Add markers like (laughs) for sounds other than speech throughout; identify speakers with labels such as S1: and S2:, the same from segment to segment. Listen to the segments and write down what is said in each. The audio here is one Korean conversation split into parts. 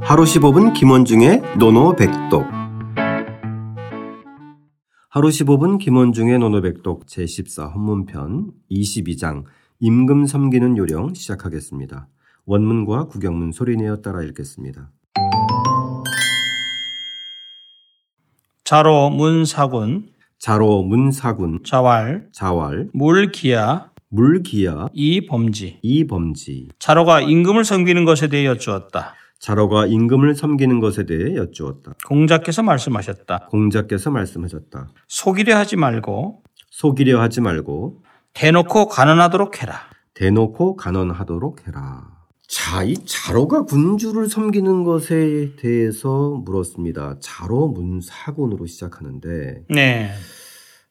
S1: 하루 15분 김원중의 노노백독 하루 15분 김원중의 노노백독 제14 헌문편 22장 임금 섬기는 요령 시작하겠습니다. 원문과 구경문 소리내어 따라 읽겠습니다.
S2: 자로 문사군,
S1: 자로 문사군
S2: 자왈,
S1: 자왈
S2: 물기야,
S1: 물기야
S2: 이범지.
S1: 이범지
S2: 자로가 임금을 섬기는 것에 대해 여쭈었다.
S1: 자로가 임금을 섬기는 것에 대해 여쭈었다.
S2: 공자께서 말씀하셨다.
S1: 공자께서 말씀하셨다.
S2: 속이려 하지 말고
S1: 속이려 하지 말고
S2: 대놓고 가난하도록 해라.
S1: 대놓고 간언하도록 해라. 자, 이 자로가 군주를 섬기는 것에 대해서 물었습니다. 자로 문사군으로 시작하는데
S2: 네.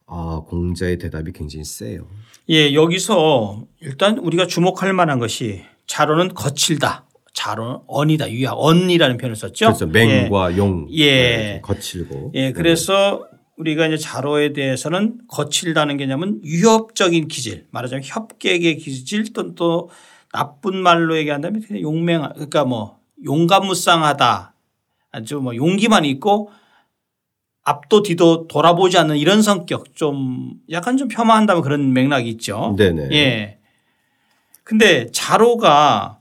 S1: 아, 공자의 대답이 굉장히 세요.
S2: 예, 여기서 일단 우리가 주목할 만한 것이 자로는 거칠다. 자로는 언이다. 유야, 언이라는 표현을 썼죠.
S1: 그래서
S2: 예.
S1: 그렇죠. 맹과 용
S2: 예.
S1: 네, 거칠고
S2: 예, 그래서 우리가 이제 자로에 대해서는 거칠다는 개념은 위협적인 기질, 말하자면 협객의 기질 또는 또 나쁜 말로 얘기한다면 그냥 용맹, 그러니까 뭐 용감무쌍하다, 아주 뭐 용기만 있고 앞도 뒤도 돌아보지 않는 이런 성격, 좀 약간 좀 폄하한다면 그런 맥락이 있죠.
S1: 네네.
S2: 예. 근데 자로가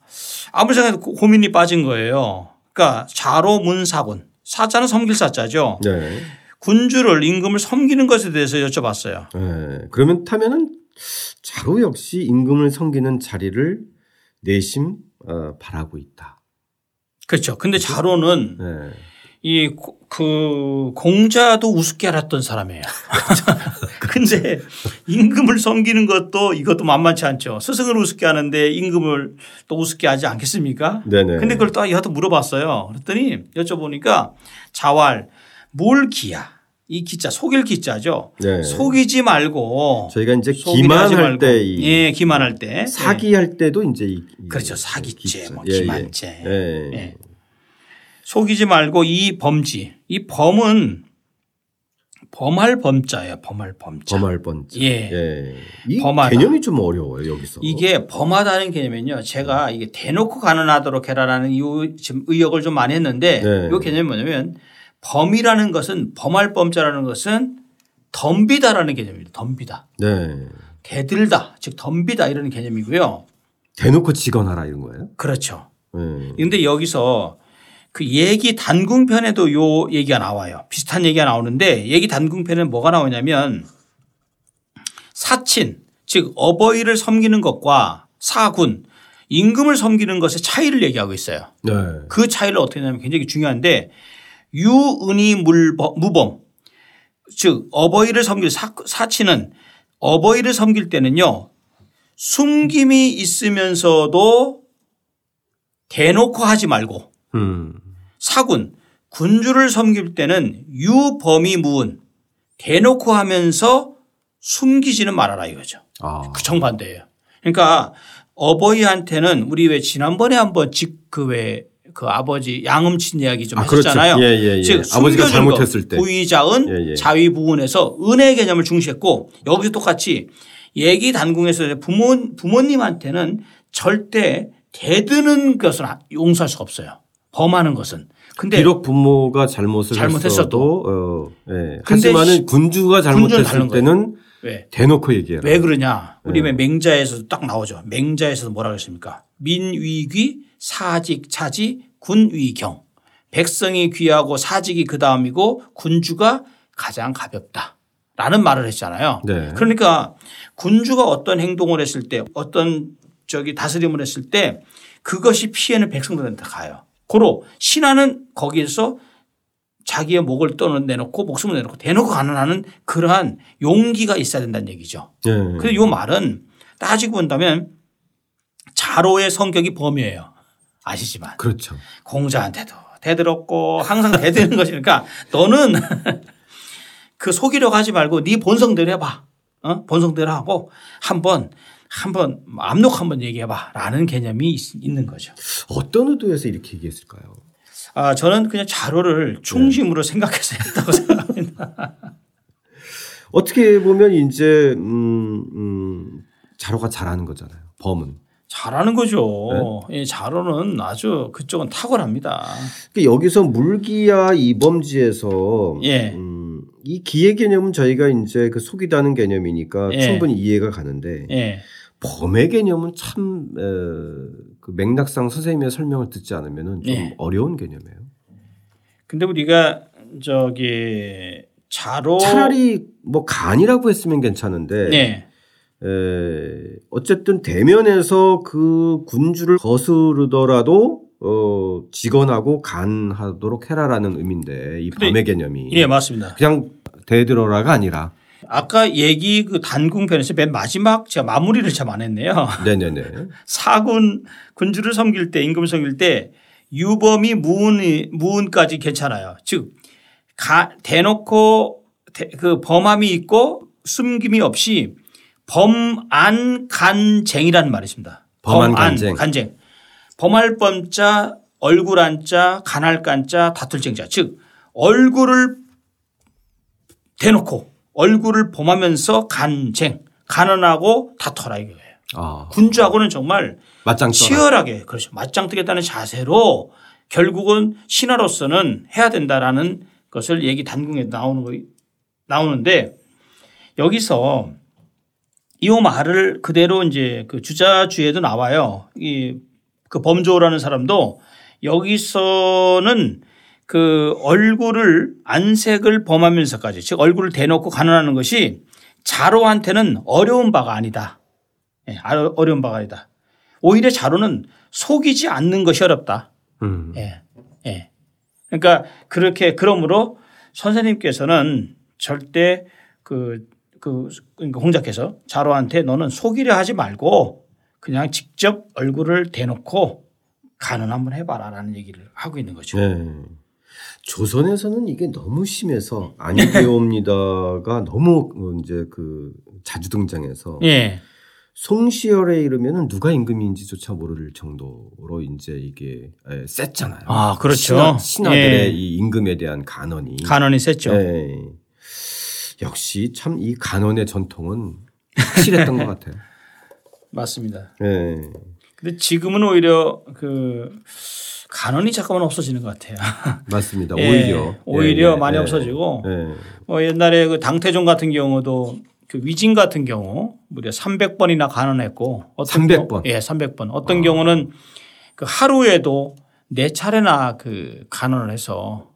S2: 아무리 생각해도 고- 고민이 빠진 거예요. 그러니까 자로 문사군. 사자는 섬길 사자죠.
S1: 네.
S2: 군주를 임금을 섬기는 것에 대해서 여쭤봤어요.
S1: 예, 그러면 타면은 자로 역시 임금을 섬기는 자리를 내심 어, 바라고 있다.
S2: 그렇죠. 근데 자로는
S1: 예.
S2: 이 그 공자도 우습게
S1: (laughs)
S2: 알았던 사람이에요. 근데 임금을 섬기는 것도 이것도 만만치 않죠. 스승을 우습게 하는데 임금을 또 우습게 하지 않겠습니까?
S1: 네네.
S2: 근데 그걸 또 여하튼 물어봤어요. 그랬더니 여쭤보니까 자왈 뭘 기야 이 기자 속일 기자죠.
S1: 네.
S2: 속이지 말고
S1: 저희가 이제
S2: 속이려 하지
S1: 기만할
S2: 말고.
S1: 때 이
S2: 예 기만할 때
S1: 사기할 때도 이제 이, 이-
S2: 예. 그렇죠 사기죄
S1: 기자.
S2: 뭐
S1: 예, 예.
S2: 기만죄
S1: 예.
S2: 예. 속이지 말고 이 범지 이 범은 범할 범자예요 범할 범자
S1: 범할 번째.
S2: 예.
S1: 이
S2: 범하다.
S1: 개념이 좀 어려워요 여기서.
S2: 이게 범하다는 개념은요.
S1: 네.
S2: 제가 이게 대놓고 가난하도록 해라라는 이 지금 의역을 좀 많이 했는데
S1: 네.
S2: 이 개념이 뭐냐면 범이라는 것은 범할 범자라는 것은 덤비다라는 개념입니다. 덤비다.
S1: 네.
S2: 대들다. 즉 덤비다 이런 개념이고요.
S1: 대놓고 직언하라 이런 거예요.
S2: 그렇죠.
S1: 예.
S2: 그런데 여기서 그 얘기 단궁편에도 요 얘기가 나와요. 비슷한 얘기가 나오는데 얘기 단궁편에 뭐가 나오냐면 사친 즉 어버이를 섬기는 것과 사군 임금을 섬기는 것의 차이를 얘기하고 있어요.
S1: 네.
S2: 그 차이를 어떻게 하냐면 굉장히 중요한데 유은이 물범, 무범 즉 어버이를 섬길 사, 사치는 어버이를 섬길 때는요 숨김이 있으면서도 대놓고 하지 말고
S1: 음.
S2: 사군 군주를 섬길 때는 유범이 무은 대놓고 하면서 숨기지는 말아라 이거죠.
S1: 아.
S2: 그 정반대예요. 그러니까 어버이한테는 우리 왜 지난번에 한번 직그왜그 아버지 양음친 이야기 좀
S1: 아, 그렇죠.
S2: 했잖아요.
S1: 예, 예, 예.
S2: 즉
S1: 아버지가
S2: 숨겨준 것,
S1: 잘못했을 때.
S2: 부의자은
S1: 예, 예.
S2: 자위부은에서 은혜 개념을 중시했고 여기서 똑같이 얘기 단궁에서 부모 부모님한테는 절대 대드는 것은 용서할 수 없어요. 범하는 것은. 근데
S1: 비록 부모가 잘못을
S2: 잘못했어도.
S1: 했어도, 어, 예.
S2: 근데
S1: 하지만은 군주가 잘못했을
S2: 다른 거예요.
S1: 때는
S2: 왜?
S1: 대놓고 얘기해라. 네.
S2: 왜 그러냐? 우리 왜 맹자에서도 딱 나오죠. 맹자에서도 뭐라 그랬습니까? 민위귀 사직 차지 군위경. 백성이 귀하고 사직이 그 다음이고 군주가 가장 가볍다. 라는 말을 했잖아요.
S1: 네.
S2: 그러니까 군주가 어떤 행동을 했을 때 어떤 저기 다스림을 했을 때 그것이 피해는 백성들한테 가요. 고로 신하는 거기에서 자기의 목을 떠는 내놓고 목숨을 내놓고 대놓고 가난하는 그러한 용기가 있어야 된다는 얘기죠.
S1: 예.
S2: 그래서 이 말은 따지고 본다면 자로의 성격이 범이에요. 아시지만
S1: 그렇죠.
S2: 공자한테도 대들었고 항상 대드는 (laughs) 것이니까 너는 (laughs) 그 속이려고 하지 말고 네 본성대로 해봐. 어? 본성대로 하고 한번 한번 압록 한번 얘기해봐라는 개념이 있- 있는 거죠.
S1: 어떤 의도에서 이렇게 얘기했을까요?
S2: 아 저는 그냥 자로를 중심으로 생각해서 했다고 생각합니다.
S1: 어떻게 보면 이제 음, 음, 자로가 잘하는 거잖아요. 범은
S2: 잘하는 거죠. 예, 자로는 아주 그쪽은 탁월합니다.
S1: 그러니까 여기서 물기와 이범지에서
S2: 예.
S1: 음, 이 기의 개념은 저희가 이제 그 속이다는 개념이니까
S2: 예.
S1: 충분히 이해가 가는데
S2: 예.
S1: 범의 개념은 참 에, 그 맥락상 선생님의 설명을 듣지 않으면 좀
S2: 예.
S1: 어려운 개념이에요.
S2: 근데 우리가 저기 자로
S1: 차라리 뭐 간이라고 했으면 괜찮은데
S2: 어. 예.
S1: 에, 어쨌든 대면에서 그 군주를 거스르더라도 어, 직언하고 간하도록 해라라는 의미인데 이
S2: 근데
S1: 범의 개념이
S2: 예, 맞습니다.
S1: 그냥 대들어라가 아니라
S2: 아까 얘기 그 단궁편에서 맨 마지막 제가 마무리를 참 안 했네요.
S1: 네네네
S2: 사군 군주를 섬길 때 임금 섬길 때 유범이 무은이 무은까지 괜찮아요. 즉 가, 대놓고 대- 그 범함이 있고 숨김이 없이 범안 간쟁이라는 말이십니다.
S1: 범안 간쟁.
S2: 간쟁. 범할 범자 얼굴 안자 간할 간자 다툴 쟁자 즉 얼굴을 대놓고 얼굴을 범하면서 간쟁 간언하고 다퉈라 이거예요.
S1: 아
S2: 군주하고는 정말
S1: 맞짱 쳐라
S2: 치열하게 그렇죠. 맞짱 뜨겠다는 자세로 결국은 신하로서는 해야 된다라는 것을 얘기 단궁에 나오는 거 나오는데 여기서 이 말을 그대로 이제 그 주자주에도 나와요. 이 그 범조라는 사람도 여기서는 그 얼굴을 안색을 범하면서까지 즉 얼굴을 대놓고 간언하는 것이 자로한테는 어려운 바가 아니다. 예, 아- 어려운 바가 아니다. 오히려 자로는 속이지 않는 것이 어렵다.
S1: 음.
S2: 예. 예. 그러니까 그렇게 그러므로 선생님께서는 절대 그, 그, 그러니까 홍작께서 자로한테 너는 속이려 하지 말고 그냥 직접 얼굴을 대놓고 간은 한번 해봐라 라는 얘기를 하고 있는 거죠.
S1: 네. 조선에서는 이게 너무 심해서 아니되옵니다가 (laughs) 너무 어, 이제 그 자주 등장해서
S2: 예.
S1: 송시열에 이르면은 누가 임금인지조차 모를 정도로 이제 이게 에, 셌잖아요.
S2: 아, 그렇죠.
S1: 신하, 들의
S2: 예. 그렇죠.
S1: 이 임금에 대한 간언이
S2: 간언이 셌죠.
S1: 예. 역시 참 이 간언의 전통은 확실했던 것
S2: (laughs)
S1: 같아요.
S2: 맞습니다.
S1: 예.
S2: 근데 지금은 오히려 그 간언이 잠깐만 없어지는 것 같아요.
S1: 맞습니다.
S2: 예.
S1: 오히려
S2: 오히려
S1: 예, 예,
S2: 많이
S1: 예.
S2: 없어지고
S1: 예.
S2: 뭐 옛날에 그 당태종 같은 경우도 그 위진 같은 경우 무려 300번이나 간언했고 어떤
S1: 300 번? 아.
S2: 경우- 예, 300번. 어떤 경우는 그 하루에도 네 차례나 그 간언을 해서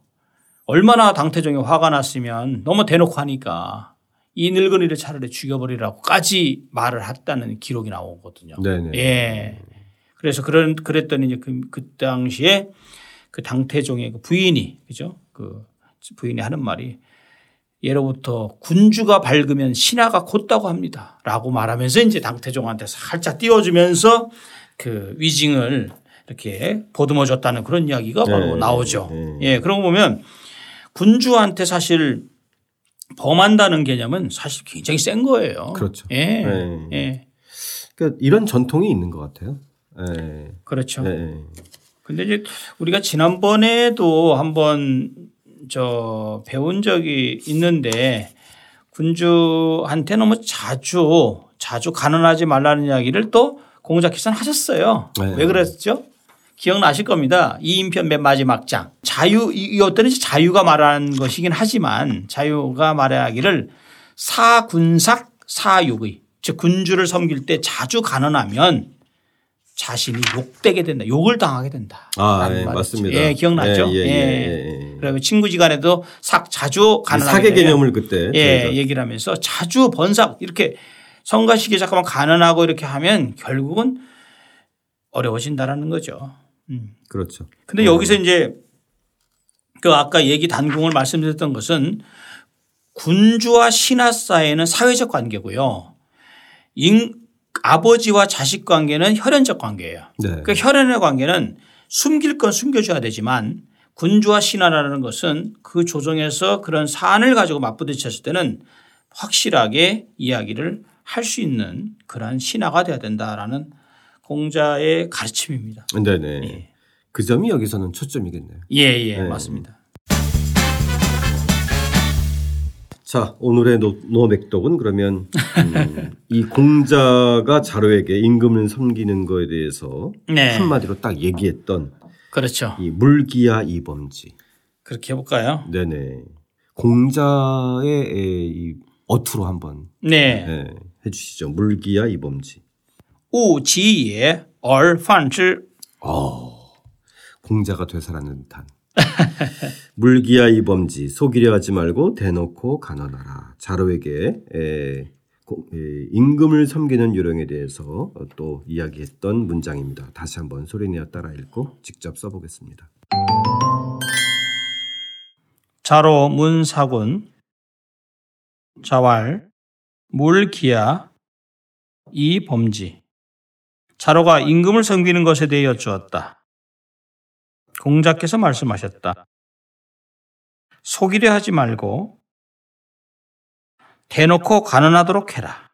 S2: 얼마나 당태종이 화가 났으면 너무 대놓고 하니까 이 늙은이를 차라리 죽여버리라고까지 말을 했다는 기록이 나오거든요.
S1: 네네.
S2: 예. 그래서 그런 그랬더니 이제 그, 그 당시에 그 당태종의 그 부인이 그죠? 그 부인이 하는 말이 예로부터 군주가 밝으면 신하가 곧다고 합니다라고 말하면서 이제 당태종한테 살짝 띄워주면서 그 위징을 이렇게 보듬어 줬다는 그런 이야기가
S1: 네.
S2: 바로 나오죠.
S1: 네.
S2: 예, 그러고 보면 군주한테 사실 범한다는 개념은 사실 굉장히 센 거예요.
S1: 그렇죠.
S2: 예.
S1: 네.
S2: 예.
S1: 그러니까 이런 전통이 있는 것 같아요. 예.
S2: 그렇죠.
S1: 예, 예.
S2: 근데 이제 우리가 지난번에도 한번 저 배운 적이 있는데 군주한테 너무 자주 자주 간언하지 말라는 이야기를 또 공작기사는 하셨어요.
S1: 네.
S2: 왜 그랬죠? 기억나실 겁니다. 이인편 맨 마지막 장. 자유 이 어떤 자유가 말하는 것이긴 하지만 자유가 말하기를 사군삭 사육의 즉 군주를 섬길 때 자주 간언하면 자신이 욕되게 된다. 욕을 당하게 된다.
S1: 아,
S2: 라는
S1: 예,
S2: 말이죠.
S1: 맞습니다.
S2: 예, 기억나죠?
S1: 예, 예, 예, 예, 예.
S2: 그리고 친구지간에도 삭 자주 간언하게
S1: 사계
S2: 돼요.
S1: 개념을 그때
S2: 예,
S1: 저희가-
S2: 얘기를 하면서 자주 번삭 이렇게 성가시게 잠깐만 간언하고 이렇게 하면 결국은 어려워진다라는 거죠. 음.
S1: 그렇죠.
S2: 근데 여기서 이제 그 아까 얘기 단궁을 말씀드렸던 것은 군주와 신하 사이는 사회적 관계고요. 인, 아버지와 자식 관계는 혈연적 관계예요.
S1: 네.
S2: 그 혈연의 관계는 숨길 건 숨겨줘야 되지만 군주와 신하라는 것은 그 조정에서 그런 사안을 가지고 맞부딪혔을 때는 확실하게 이야기를 할 수 있는 그러한 신하가 돼야 된다라는 공자의 가르침입니다.
S1: 네네.
S2: 예.
S1: 그 점이 여기서는 초점이겠네요.
S2: 예, 예,
S1: 네.
S2: 맞습니다.
S1: 자, 오늘의 노, 노맥독은 그러면 음,
S2: (laughs)
S1: 이 공자가 자로에게 임금을 섬기는 거에 대해서
S2: 네.
S1: 한마디로 딱 얘기했던
S2: 그렇죠.
S1: 이 물기야 이범지.
S2: 그렇게 해볼까요?
S1: 네네. 공자의 에, 이 어투로 한번
S2: 네.
S1: 네, 해주시죠. 물기야 이범지.
S2: 우지예 얼판之
S1: 어, 공자가 되살아는 듯한. (laughs) 물기야 이범지 속이려 하지 말고 대놓고 간언하라. 자로에게 에, 고- 에, 임금을 섬기는 요령에 대해서 어, 또 이야기했던 문장입니다. 다시 한번 소리내어 따라 읽고 직접 써보겠습니다.
S2: 자로 문사군 자왈 물기야 이 범지 자로가 임금을 섬기는 것에 대해 여쭈었다. 공자께서 말씀하셨다. 속이려 하지 말고 대놓고 간언하도록 해라.